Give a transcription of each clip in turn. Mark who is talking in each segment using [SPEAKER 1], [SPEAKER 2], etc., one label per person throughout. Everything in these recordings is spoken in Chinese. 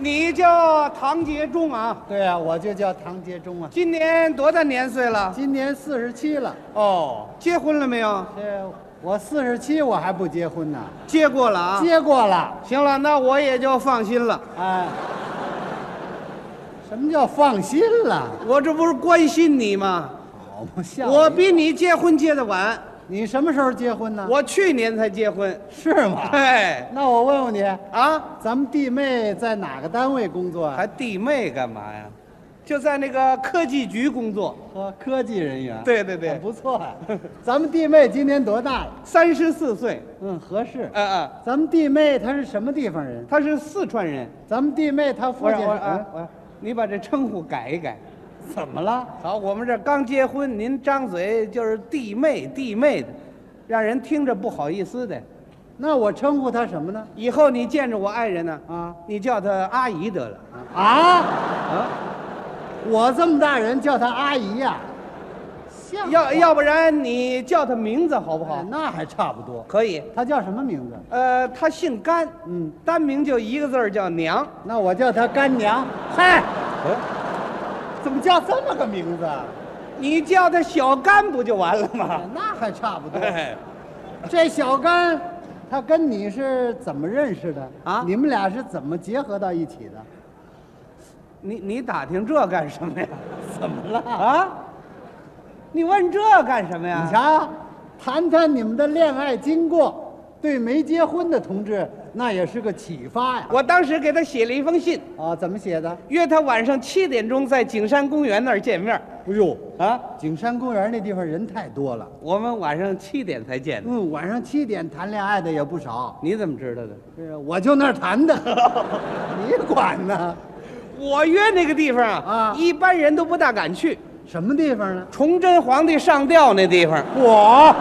[SPEAKER 1] 你叫唐杰忠啊，
[SPEAKER 2] 对啊，我就叫唐杰忠啊，
[SPEAKER 1] 今年多大年岁了？
[SPEAKER 2] 今年四十七了。
[SPEAKER 1] 哦，结婚了没有？
[SPEAKER 2] 这我四十七，我还不结婚呢，
[SPEAKER 1] 结过了啊。
[SPEAKER 2] 结过了。
[SPEAKER 1] 行了，那我也就放心了。
[SPEAKER 2] 哎，什么叫放心了？
[SPEAKER 1] 我这不是关心你吗？
[SPEAKER 2] 好嘛，像
[SPEAKER 1] 我
[SPEAKER 2] 你
[SPEAKER 1] 比你结婚结得晚，
[SPEAKER 2] 你什么时候结婚呢？
[SPEAKER 1] 我去年才结婚。
[SPEAKER 2] 是吗？
[SPEAKER 1] 哎，
[SPEAKER 2] 那我问问你，
[SPEAKER 1] 啊，
[SPEAKER 2] 咱们弟妹在哪个单位工作啊？
[SPEAKER 1] 还弟妹干嘛呀？就在那个科技局工作。
[SPEAKER 2] 和科技人员。
[SPEAKER 1] 对对对
[SPEAKER 2] 啊不错啊。咱们弟妹今年多大了？
[SPEAKER 1] 三十四岁，
[SPEAKER 2] 嗯，合适。
[SPEAKER 1] 嗯嗯，
[SPEAKER 2] 咱们弟妹她是什么地方人？
[SPEAKER 1] 他是四川人。
[SPEAKER 2] 咱们弟妹她父
[SPEAKER 1] 我
[SPEAKER 2] 亲
[SPEAKER 1] 说我说
[SPEAKER 2] 嗯
[SPEAKER 1] 啊，我说你把这称呼改一改。
[SPEAKER 2] 怎么了？
[SPEAKER 1] 好，我们这刚结婚，您张嘴就是弟妹弟妹的，让人听着不好意思的。
[SPEAKER 2] 那我称呼她什么呢？
[SPEAKER 1] 以后你见着我爱人呢，
[SPEAKER 2] 啊
[SPEAKER 1] 你叫她阿姨得了。
[SPEAKER 2] 啊！
[SPEAKER 1] 啊，
[SPEAKER 2] 我这么大人叫她阿姨呀、像话
[SPEAKER 1] 要要不然你叫她名字好不
[SPEAKER 2] 哎
[SPEAKER 1] 好？
[SPEAKER 2] 那还差不多。
[SPEAKER 1] 可以。
[SPEAKER 2] 她叫什么名字？
[SPEAKER 1] 呃，她姓甘，
[SPEAKER 2] 嗯，
[SPEAKER 1] 单名就一个字儿叫娘。
[SPEAKER 2] 那我叫她干娘。嗨，哦怎么叫这么个名字？啊？
[SPEAKER 1] 你叫她小甘不就完了 吗？
[SPEAKER 2] 那还差不多。
[SPEAKER 1] 哎，
[SPEAKER 2] 这小甘，他跟你是怎么认识的
[SPEAKER 1] 啊
[SPEAKER 2] 你们俩是怎么结合到一起的？
[SPEAKER 1] 你你打听这干什么呀？
[SPEAKER 2] 怎么了？
[SPEAKER 1] 啊？你问这干什么呀？
[SPEAKER 2] 你瞧，谈谈你们的恋爱经过，对没结婚的同志那也是个启发呀。
[SPEAKER 1] 我当时给他写了一封信，
[SPEAKER 2] 啊，怎么写的？
[SPEAKER 1] 约他晚上七点钟在景山公园那儿见面。
[SPEAKER 2] 哎呦，
[SPEAKER 1] 啊，
[SPEAKER 2] 景山公园那地方人太多了。
[SPEAKER 1] 我们晚上七点才见的。
[SPEAKER 2] 嗯，晚上七点谈恋爱的也不少。
[SPEAKER 1] 你怎么知道的？
[SPEAKER 2] 是啊，我就那儿谈 的，你管呢？
[SPEAKER 1] 我约那个地方啊
[SPEAKER 2] 啊，
[SPEAKER 1] 一般人都不大敢去。
[SPEAKER 2] 什么地方呢？
[SPEAKER 1] 崇祯皇帝上吊那地方。
[SPEAKER 2] 我，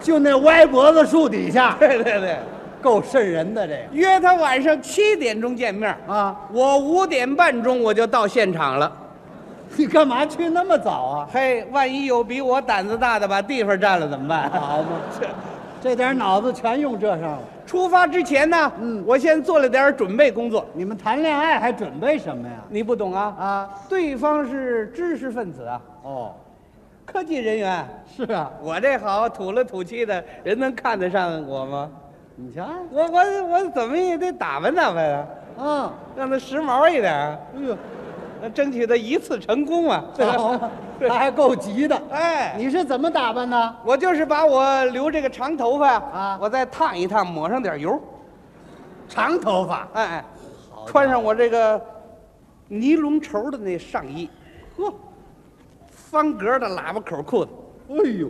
[SPEAKER 2] 就那歪脖子树底下，
[SPEAKER 1] 对对对，
[SPEAKER 2] 够瘆人的这
[SPEAKER 1] 约他晚上七点钟见面。
[SPEAKER 2] 个啊！
[SPEAKER 1] 我五点半钟我就到现场了。
[SPEAKER 2] 你干嘛去那么早啊？
[SPEAKER 1] 嘿，万一有比我胆子大的把地方占了怎么办？
[SPEAKER 2] 好嘛，这点脑子全用这上了。
[SPEAKER 1] 出发之前呢，嗯，
[SPEAKER 2] 嗯
[SPEAKER 1] 我先做了点准备工作。
[SPEAKER 2] 你们谈恋爱还准备什么呀？
[SPEAKER 1] 你不懂啊？
[SPEAKER 2] 啊，
[SPEAKER 1] 对方是知识分子啊，
[SPEAKER 2] 哦，
[SPEAKER 1] 科技人员。
[SPEAKER 2] 是啊，
[SPEAKER 1] 我这好土了土气的，人能看得上我吗？
[SPEAKER 2] 你瞧，
[SPEAKER 1] 我我我怎么也得打扮打扮啊，
[SPEAKER 2] 啊，
[SPEAKER 1] 让他时髦一点啊，
[SPEAKER 2] 哎呦，
[SPEAKER 1] 争取他一次成功啊。
[SPEAKER 2] 好 嘛，那还够急的。
[SPEAKER 1] 哎，
[SPEAKER 2] 你是怎么打扮的？
[SPEAKER 1] 我就是把我留这个长头发啊
[SPEAKER 2] 啊，
[SPEAKER 1] 我再烫一烫，抹上点油，
[SPEAKER 2] 长头发，
[SPEAKER 1] 哎哎，穿上我这个尼龙绸的那上衣，
[SPEAKER 2] 呵，
[SPEAKER 1] 方格的喇叭口裤子，
[SPEAKER 2] 哎呦，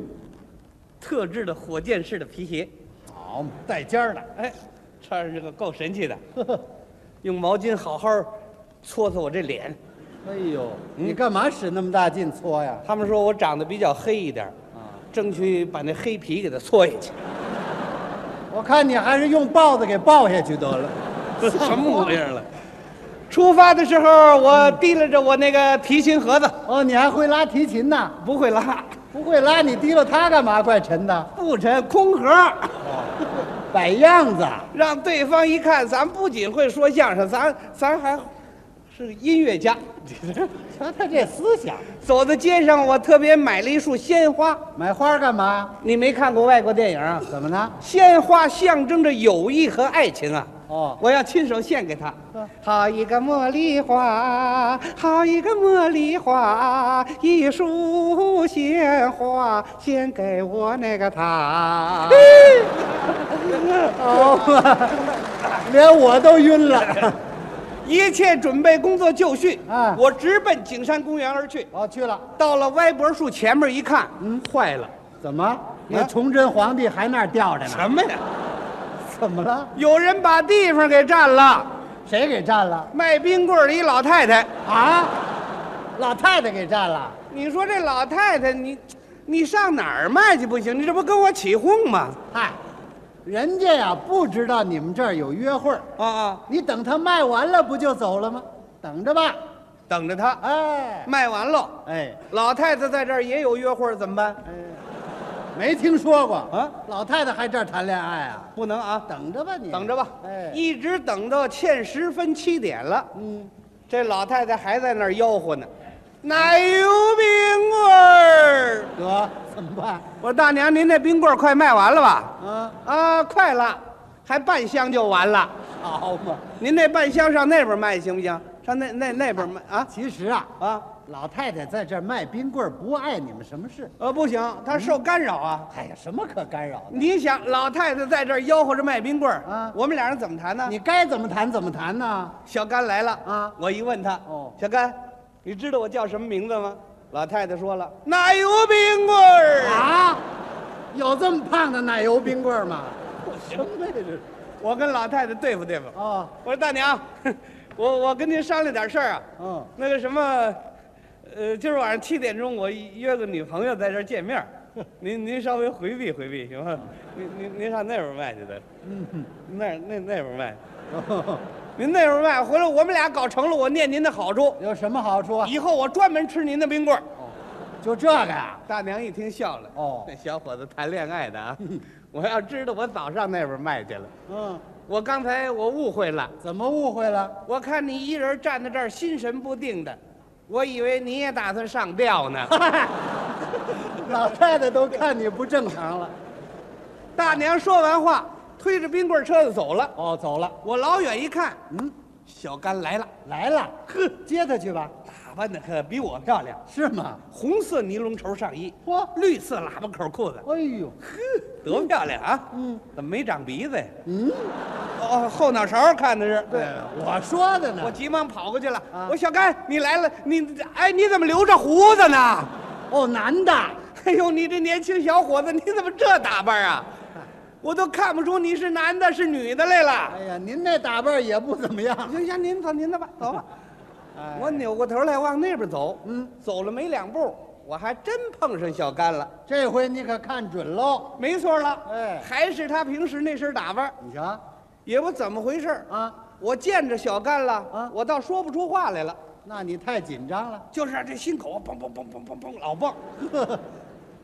[SPEAKER 1] 特制的火箭式的皮鞋，
[SPEAKER 2] 好嘛，带尖儿的，
[SPEAKER 1] 哎，穿上这个够神气的。
[SPEAKER 2] 呵呵，
[SPEAKER 1] 用毛巾好好搓搓我这脸。
[SPEAKER 2] 哎呦，你干嘛使那么大劲搓呀？
[SPEAKER 1] 他们说我长得比较黑一点儿，
[SPEAKER 2] 啊，
[SPEAKER 1] 争取把那黑皮给它搓下去。
[SPEAKER 2] 我看你还是用豹子给抱下去得了。
[SPEAKER 1] 什么模样了？出发的时候，我提拉着我那个提琴盒子，
[SPEAKER 2] 哦，你还会拉提琴呢？
[SPEAKER 1] 不会拉，
[SPEAKER 2] 不会拉，你提溜它干嘛？怪沉的，
[SPEAKER 1] 不沉，空盒，
[SPEAKER 2] 摆样子。啊
[SPEAKER 1] 让对方一看，咱不仅会说相声，咱咱还是音乐家。
[SPEAKER 2] 瞧他这思想，
[SPEAKER 1] 走在街上，我特别买了一束鲜花。
[SPEAKER 2] 买花干嘛？
[SPEAKER 1] 你没看过外国电影啊？
[SPEAKER 2] 怎么呢？
[SPEAKER 1] 鲜花象征着友谊和爱情啊！
[SPEAKER 2] 哦
[SPEAKER 1] 我要亲手献给他
[SPEAKER 2] 嗯。
[SPEAKER 1] 好一个茉莉花，好一个茉莉花，一束鲜花献给我那个他。
[SPEAKER 2] 哦， 连我都晕 了。
[SPEAKER 1] 一切准备工作就绪，
[SPEAKER 2] 啊
[SPEAKER 1] 我直奔景山公园而去。
[SPEAKER 2] 哦，去了。
[SPEAKER 1] 到了歪脖树前面一看，嗯，坏了，
[SPEAKER 2] 怎么？那崇祯皇帝还那儿吊着呢？
[SPEAKER 1] 什么呀？
[SPEAKER 2] 怎么了？
[SPEAKER 1] 有人把地方给占了，
[SPEAKER 2] 谁给占了？
[SPEAKER 1] 卖冰棍儿的一老太太。
[SPEAKER 2] 啊？老太太给占了？
[SPEAKER 1] 你说这老太太，你你上哪儿卖去不行？你这不跟我起哄吗？
[SPEAKER 2] 嗨，人家呀不知道你们这儿有约会儿，
[SPEAKER 1] 啊啊，
[SPEAKER 2] 你等他卖完了不就走了吗？等着吧。
[SPEAKER 1] 等着她
[SPEAKER 2] 哎
[SPEAKER 1] 卖完了，
[SPEAKER 2] 哎
[SPEAKER 1] 老太太在这儿也有约会，怎么办？
[SPEAKER 2] 哎，没听说过
[SPEAKER 1] 啊
[SPEAKER 2] 老太太还这儿谈恋爱啊？
[SPEAKER 1] 不能啊，
[SPEAKER 2] 等着吧你，
[SPEAKER 1] 等着吧，
[SPEAKER 2] 哎，
[SPEAKER 1] 一直等到欠十分七点了，
[SPEAKER 2] 嗯，
[SPEAKER 1] 这老太太还在那儿吆喝呢，
[SPEAKER 2] 哎
[SPEAKER 1] 奶油冰棍儿。
[SPEAKER 2] 得怎么办？
[SPEAKER 1] 我说大娘，您那冰棍儿快卖完了吧？
[SPEAKER 2] 啊，
[SPEAKER 1] 啊，快了，还半箱就完了。
[SPEAKER 2] 好嘛。
[SPEAKER 1] 您那半箱上那边卖行不行？上那那那边卖啊
[SPEAKER 2] 其实啊，
[SPEAKER 1] 啊？
[SPEAKER 2] 老太太在这儿卖冰棍儿不碍你们什么事。
[SPEAKER 1] 呃，不行，她受干扰啊。
[SPEAKER 2] 哎呀，什么可干扰的？
[SPEAKER 1] 你想，老太太在这儿吆喝着卖冰棍儿
[SPEAKER 2] 嗯啊
[SPEAKER 1] 我们俩人怎么谈呢？
[SPEAKER 2] 你该怎么谈怎么谈呢？
[SPEAKER 1] 小甘来了
[SPEAKER 2] 啊
[SPEAKER 1] 我一问他，
[SPEAKER 2] 哦
[SPEAKER 1] 小甘，你知道我叫什么名字吗？老太太说了，奶油冰棍儿。
[SPEAKER 2] 啊，有这么胖的奶油冰棍儿吗？我什么呀这是？
[SPEAKER 1] 我跟老太太对付对付。
[SPEAKER 2] 哦，
[SPEAKER 1] 我说大娘， 我我跟您商量点事儿啊。
[SPEAKER 2] 嗯，
[SPEAKER 1] 那个什么，呃，今儿晚上七点钟我约个女朋友在这儿见 面儿，您您稍微回避回避行吗？您您您上那边卖去的，
[SPEAKER 2] 嗯，
[SPEAKER 1] 那儿那那边卖，您那边卖，回来我们俩搞成了，我念您的好处，
[SPEAKER 2] 有什么好处啊？
[SPEAKER 1] 以后我专门吃您的冰棍儿。
[SPEAKER 2] 就这个呀、
[SPEAKER 1] 大娘一听笑了，
[SPEAKER 2] 哦
[SPEAKER 1] 那小伙子谈恋爱的啊， 我要知道我早上那边卖去了，
[SPEAKER 2] 嗯，
[SPEAKER 1] 我刚才我误会了。
[SPEAKER 2] 怎么误会了？
[SPEAKER 1] 我看你一人站在这儿心神不定的，我以为你也打算上吊呢。
[SPEAKER 2] 老太太都看你不正常了。
[SPEAKER 1] 大娘说完话，推着冰棍车子走了。
[SPEAKER 2] 哦，走了。
[SPEAKER 1] 我老远一看，
[SPEAKER 2] 嗯，
[SPEAKER 1] 小甘来了，
[SPEAKER 2] 来了，呵，接她去吧。
[SPEAKER 1] 打扮的可比我漂亮，
[SPEAKER 2] 是吗？
[SPEAKER 1] 红色尼龙绸上衣，
[SPEAKER 2] 嚯，
[SPEAKER 1] 绿色喇叭口裤子，
[SPEAKER 2] 哎呦，
[SPEAKER 1] 多漂亮啊！
[SPEAKER 2] 嗯，
[SPEAKER 1] 怎么没长鼻子呀？
[SPEAKER 2] 嗯，
[SPEAKER 1] 哦，后脑勺看的是。
[SPEAKER 2] 对，我说的
[SPEAKER 1] 我
[SPEAKER 2] 呢。
[SPEAKER 1] 急忙跑过去了。
[SPEAKER 2] 啊
[SPEAKER 1] 我小甘，你来了，你哎，你怎么留着胡子呢？
[SPEAKER 2] 哦，男的。
[SPEAKER 1] 哎呦，你这年轻小伙子，你怎么这打扮啊？我都看不出你是男的是女的来了。
[SPEAKER 2] 哎呀，您那打扮也不怎么样。
[SPEAKER 1] 行行，您走您的吧，走吧。
[SPEAKER 2] 哎
[SPEAKER 1] 我扭过头来往那边走，
[SPEAKER 2] 嗯，
[SPEAKER 1] 走了没两步，我还真碰上小甘了。
[SPEAKER 2] 这回你可看准喽。
[SPEAKER 1] 没错了，
[SPEAKER 2] 哎
[SPEAKER 1] 还是他平时那身打扮，
[SPEAKER 2] 你瞧，
[SPEAKER 1] 也不怎么回事儿
[SPEAKER 2] 啊，
[SPEAKER 1] 我见着小甘了，
[SPEAKER 2] 啊
[SPEAKER 1] 我倒说不出话来了，
[SPEAKER 2] 那你太紧张了。
[SPEAKER 1] 就是这心口啊嘣嘣嘣嘣嘣嘣老蹦，
[SPEAKER 2] 哦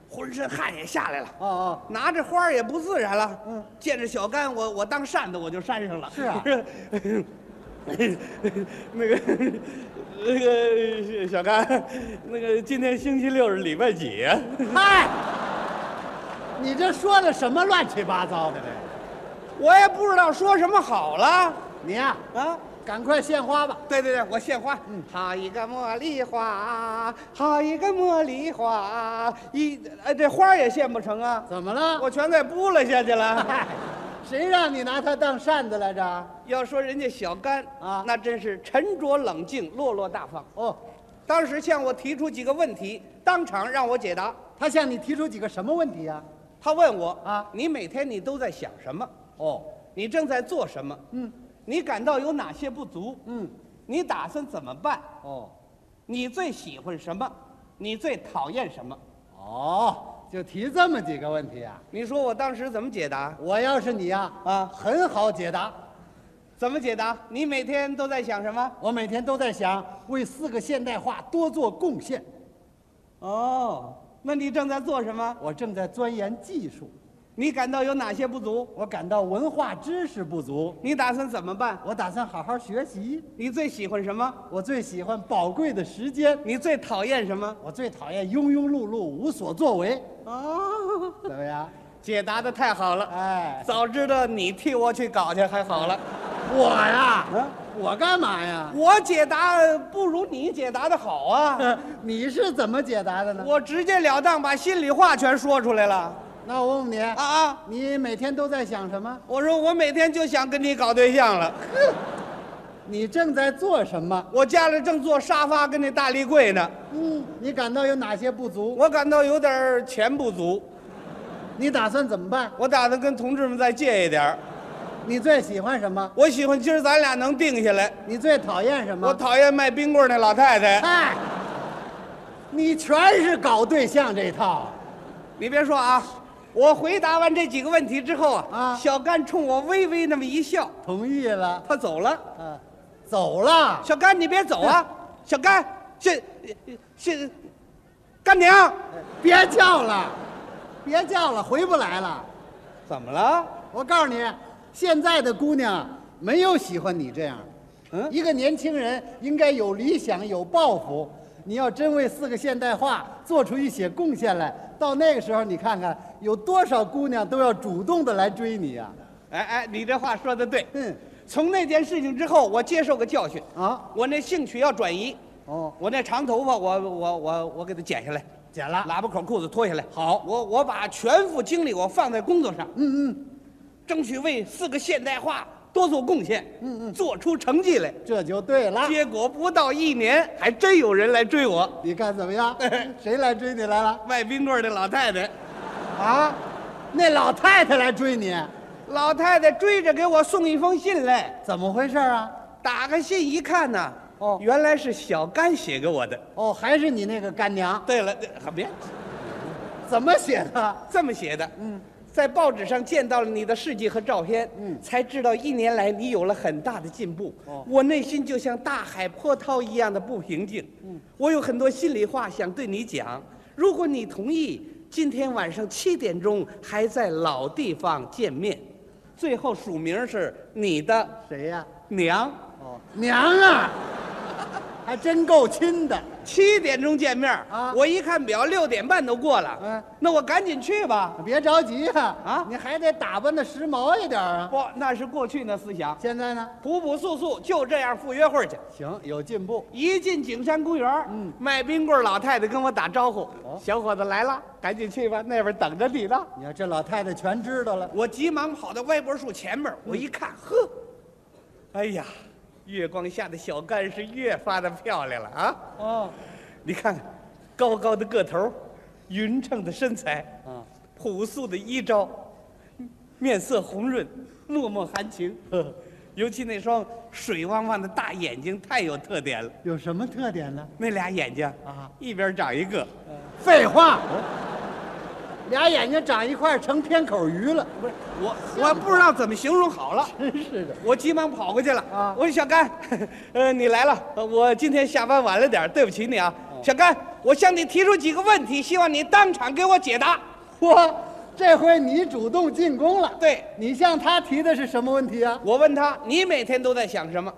[SPEAKER 1] 浑身汗也下来了。
[SPEAKER 2] 哦，
[SPEAKER 1] 拿着花儿也不自然了。
[SPEAKER 2] 嗯，
[SPEAKER 1] 见着小甘，我我当扇子我就扇上了。
[SPEAKER 2] 是啊
[SPEAKER 1] 那个那个小甘，那个今天星期六是礼拜几呀、
[SPEAKER 2] 嗨，你这说的什么乱七八糟的这？
[SPEAKER 1] 我也不知道说什么好了
[SPEAKER 2] 你呀、
[SPEAKER 1] 啊。
[SPEAKER 2] 赶快献花吧。
[SPEAKER 1] 对对对，我献花。
[SPEAKER 2] 嗯
[SPEAKER 1] 好一个茉莉花，好一个茉莉花，一哎这花儿也献不成啊，
[SPEAKER 2] 怎么了？
[SPEAKER 1] 我全给拨了下去了。
[SPEAKER 2] 嗨，谁让你拿它当扇子来着？
[SPEAKER 1] 要说人家小甘
[SPEAKER 2] 啊
[SPEAKER 1] 那真是沉着冷静、落落大方。
[SPEAKER 2] 哦，
[SPEAKER 1] 当时向我提出几个问题，当场让我解答。
[SPEAKER 2] 他向你提出几个什么问题呀、
[SPEAKER 1] 他问我
[SPEAKER 2] 啊
[SPEAKER 1] 你每天你都在想什么？
[SPEAKER 2] 哦，
[SPEAKER 1] 你正在做什么？
[SPEAKER 2] 嗯
[SPEAKER 1] 你感到有哪些不足？
[SPEAKER 2] 嗯，
[SPEAKER 1] 你打算怎么办？
[SPEAKER 2] 哦
[SPEAKER 1] 你最喜欢什么？你最讨厌什么？
[SPEAKER 2] 哦，就提这么几个问题啊？
[SPEAKER 1] 你说我当时怎么解答？
[SPEAKER 2] 我要是你呀、
[SPEAKER 1] 啊
[SPEAKER 2] 很好解答。
[SPEAKER 1] 怎么解答？你每天都在想什么？
[SPEAKER 2] 我每天都在想为四个现代化多做贡献。
[SPEAKER 1] 哦，那你正在做什么？
[SPEAKER 2] 我正在钻研技术，
[SPEAKER 1] 你感到有哪些不足？
[SPEAKER 2] 我感到文化知识不足，
[SPEAKER 1] 你打算怎么办？
[SPEAKER 2] 我打算好好学习。
[SPEAKER 1] 你最喜欢什么？
[SPEAKER 2] 我最喜欢宝贵的时间，
[SPEAKER 1] 你最讨厌什么？
[SPEAKER 2] 我最讨厌庸庸碌碌、无所作为。
[SPEAKER 1] 哦，
[SPEAKER 2] 怎么样？
[SPEAKER 1] 解答的太好了。
[SPEAKER 2] 哎，
[SPEAKER 1] 早知道你替我去搞去还好了，
[SPEAKER 2] 我呀，
[SPEAKER 1] 嗯
[SPEAKER 2] 我干嘛呀？
[SPEAKER 1] 我解答不如你解答的好啊！
[SPEAKER 2] 你是怎么解答的呢？
[SPEAKER 1] 我直截了当把心里话全说出来了
[SPEAKER 2] 那我问你，
[SPEAKER 1] 啊啊！
[SPEAKER 2] 你每天都在想什么？
[SPEAKER 1] 我说我每天就想跟你搞对象了，
[SPEAKER 2] 你正在做什么？
[SPEAKER 1] 我家里正做沙发跟那大立柜呢，
[SPEAKER 2] 嗯，你感到有哪些不足？
[SPEAKER 1] 我感到有点儿钱不足，
[SPEAKER 2] 你打算怎么办？
[SPEAKER 1] 我打算跟同志们再借一点儿。
[SPEAKER 2] 你最喜欢什么？
[SPEAKER 1] 我喜欢今儿咱俩能定下来，
[SPEAKER 2] 你最讨厌什么？
[SPEAKER 1] 我讨厌卖冰棍儿那老太太。
[SPEAKER 2] 哎，你全是搞对象这一套。
[SPEAKER 1] 你别说啊，我回答完这几个问题之后啊，
[SPEAKER 2] 啊
[SPEAKER 1] 小甘冲我微微那么一笑，
[SPEAKER 2] 同意了，
[SPEAKER 1] 他走了。
[SPEAKER 2] 啊，嗯走了。
[SPEAKER 1] 小甘，你别走啊！小甘，这这干娘，
[SPEAKER 2] 哎别叫了，别叫了，回不来了。
[SPEAKER 1] 怎么了？
[SPEAKER 2] 我告诉你，现在的姑娘没有喜欢你这样的。
[SPEAKER 1] 嗯
[SPEAKER 2] 一个年轻人应该有理想、有抱负。你要真为四个现代化做出一些贡献来，到那个时候，你看看有多少姑娘都要主动的来追你啊呀、
[SPEAKER 1] 哎哎，你这话说的对。
[SPEAKER 2] 嗯，
[SPEAKER 1] 从那件事情之后，我接受个教训，
[SPEAKER 2] 啊，
[SPEAKER 1] 我那兴趣要转移。
[SPEAKER 2] 哦，
[SPEAKER 1] 我那长头发，我我我我给它剪下来，
[SPEAKER 2] 剪了。
[SPEAKER 1] 喇叭口裤子脱下来。好，啊我我把全副精力我放在工作上，
[SPEAKER 2] 嗯嗯，
[SPEAKER 1] 争取为四个现代化多做贡献，嗯啊嗯，做出成绩来。
[SPEAKER 2] 这就对了。
[SPEAKER 1] 结果不到一年，还真有人来追我，
[SPEAKER 2] 你看怎么样？谁来追你来了？
[SPEAKER 1] 卖冰棍的老太太，
[SPEAKER 2] 啊，那老太太来追你，
[SPEAKER 1] 老太太追着给我送一封信来。
[SPEAKER 2] 怎么回事啊？
[SPEAKER 1] 打开信一看呐，
[SPEAKER 2] 哦
[SPEAKER 1] 原来是小甘写给我的。
[SPEAKER 2] 哦，还是你那个干娘，
[SPEAKER 1] 对了，那别
[SPEAKER 2] 怎么写的？
[SPEAKER 1] 这么写的，嗯，在报纸上见到了你的事迹和照片，嗯，才知道一年来你有了很大的进步。
[SPEAKER 2] 哦
[SPEAKER 1] 我内心就像大海波涛一样的不平静。嗯，我有很多心里话想对你讲，如果你同意，今天晚上七点钟还在老地方见面。最后署名是你的
[SPEAKER 2] 谁呀、
[SPEAKER 1] 娘，
[SPEAKER 2] 哦，娘啊， 还真够亲的。
[SPEAKER 1] 七点钟见面
[SPEAKER 2] 啊
[SPEAKER 1] 我一看表，六点半都过了。
[SPEAKER 2] 嗯，
[SPEAKER 1] 那我赶紧去吧。
[SPEAKER 2] 别着急呀、
[SPEAKER 1] 啊
[SPEAKER 2] 你还得打扮的时髦一点啊。
[SPEAKER 1] 不，那是过去那思想。
[SPEAKER 2] 现在呢？
[SPEAKER 1] 朴朴素素，就这样赴约会去。
[SPEAKER 2] 行，有进步。
[SPEAKER 1] 一进景山公园，嗯，卖冰棍儿老太太跟我打招呼：“
[SPEAKER 2] 哦
[SPEAKER 1] 小伙子来了，赶紧去吧，那边等着你呢。
[SPEAKER 2] 你看这老太太全知道了”，
[SPEAKER 1] 我急忙跑到歪脖树前面，我一看，呵，哎呀，月光下的小干是越发的漂亮了啊！
[SPEAKER 2] 哦，
[SPEAKER 1] 你看看，高高的个头儿，匀称的身材，
[SPEAKER 2] 啊，
[SPEAKER 1] 朴素的衣着，面色红润，脉脉含情。 呵尤其那双水汪汪的大眼睛太有特点了。
[SPEAKER 2] 有什么特点呢？
[SPEAKER 1] 那俩眼睛
[SPEAKER 2] 啊，
[SPEAKER 1] 一边长一个，
[SPEAKER 2] 废话，俩眼睛长一块儿成偏口鱼了，
[SPEAKER 1] 不是我，我不知道怎么形容好了。
[SPEAKER 2] 真是的。
[SPEAKER 1] 我急忙跑过去了
[SPEAKER 2] 啊
[SPEAKER 1] 我说小甘， 呃，你来了，呃我今天下班晚了点儿，对不起你啊。
[SPEAKER 2] 哦
[SPEAKER 1] 小甘，我向你提出几个问题，希望你当场给我解答。
[SPEAKER 2] 嚯，这回你主动进攻了。
[SPEAKER 1] 对，
[SPEAKER 2] 你向他提的是什么问题啊？
[SPEAKER 1] 我问他，你每天都在想什么？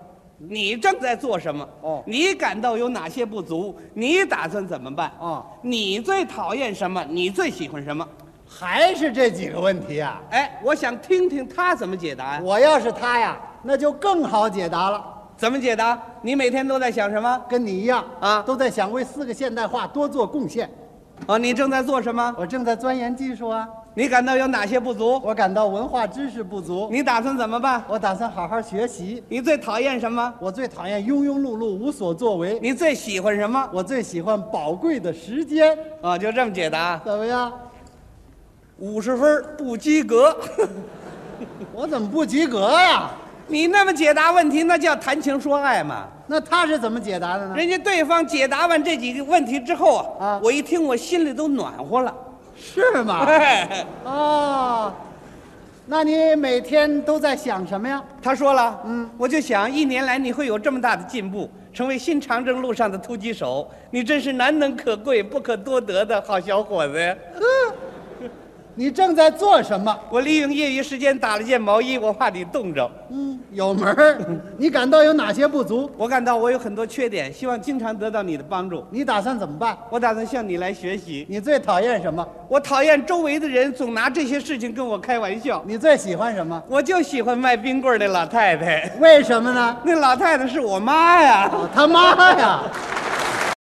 [SPEAKER 1] 你正在做什么？
[SPEAKER 2] 哦
[SPEAKER 1] 你感到有哪些不足？你打算怎么办？
[SPEAKER 2] 哦
[SPEAKER 1] 你最讨厌什么？你最喜欢什么？
[SPEAKER 2] 还是这几个问题啊？
[SPEAKER 1] 哎，我想听听他怎么解答呀？
[SPEAKER 2] 我要是他呀，那就更好解答了，
[SPEAKER 1] 怎么解答？你每天都在想什么？
[SPEAKER 2] 跟你一样
[SPEAKER 1] 啊
[SPEAKER 2] 都在想为四个现代化多做贡献。
[SPEAKER 1] 哦，你正在做什么？
[SPEAKER 2] 我正在钻研技术啊，
[SPEAKER 1] 你感到有哪些不足？
[SPEAKER 2] 我感到文化知识不足，
[SPEAKER 1] 你打算怎么办？
[SPEAKER 2] 我打算好好学习。
[SPEAKER 1] 你最讨厌什么？
[SPEAKER 2] 我最讨厌庸庸碌碌、无所作为，
[SPEAKER 1] 你最喜欢什么？
[SPEAKER 2] 我最喜欢宝贵的时间。
[SPEAKER 1] 啊，就这么解答，
[SPEAKER 2] 怎么样？
[SPEAKER 1] 五十分儿不及格。
[SPEAKER 2] 我怎么不及格呀、
[SPEAKER 1] 你那么解答问题，那叫谈情说爱嘛。
[SPEAKER 2] 那他是怎么解答的呢？
[SPEAKER 1] 人家对方解答完这几个问题之后啊，
[SPEAKER 2] 啊
[SPEAKER 1] 我一听我心里都暖和了。
[SPEAKER 2] 是吗？
[SPEAKER 1] 哎，
[SPEAKER 2] 哦，那你每天都在想什么呀？
[SPEAKER 1] 他说了，嗯，我就想一年来你会有这么大的进步，成为新长征路上的突击手，你真是难能可贵、不可多得的好小伙子呀。
[SPEAKER 2] 你正在做什么？
[SPEAKER 1] 我利用业余时间打了件毛衣，我怕你冻着。
[SPEAKER 2] 嗯，有门儿。你感到有哪些不足？
[SPEAKER 1] 我感到我有很多缺点，希望经常得到你的帮助。
[SPEAKER 2] 你打算怎么办？
[SPEAKER 1] 我打算向你来学习。
[SPEAKER 2] 你最讨厌什么？
[SPEAKER 1] 我讨厌周围的人总拿这些事情跟我开玩笑，
[SPEAKER 2] 你最喜欢什么？
[SPEAKER 1] 我就喜欢卖冰棍儿的老太太。
[SPEAKER 2] 为什么呢？
[SPEAKER 1] 那老太太是我妈呀。
[SPEAKER 2] 哦，他妈呀！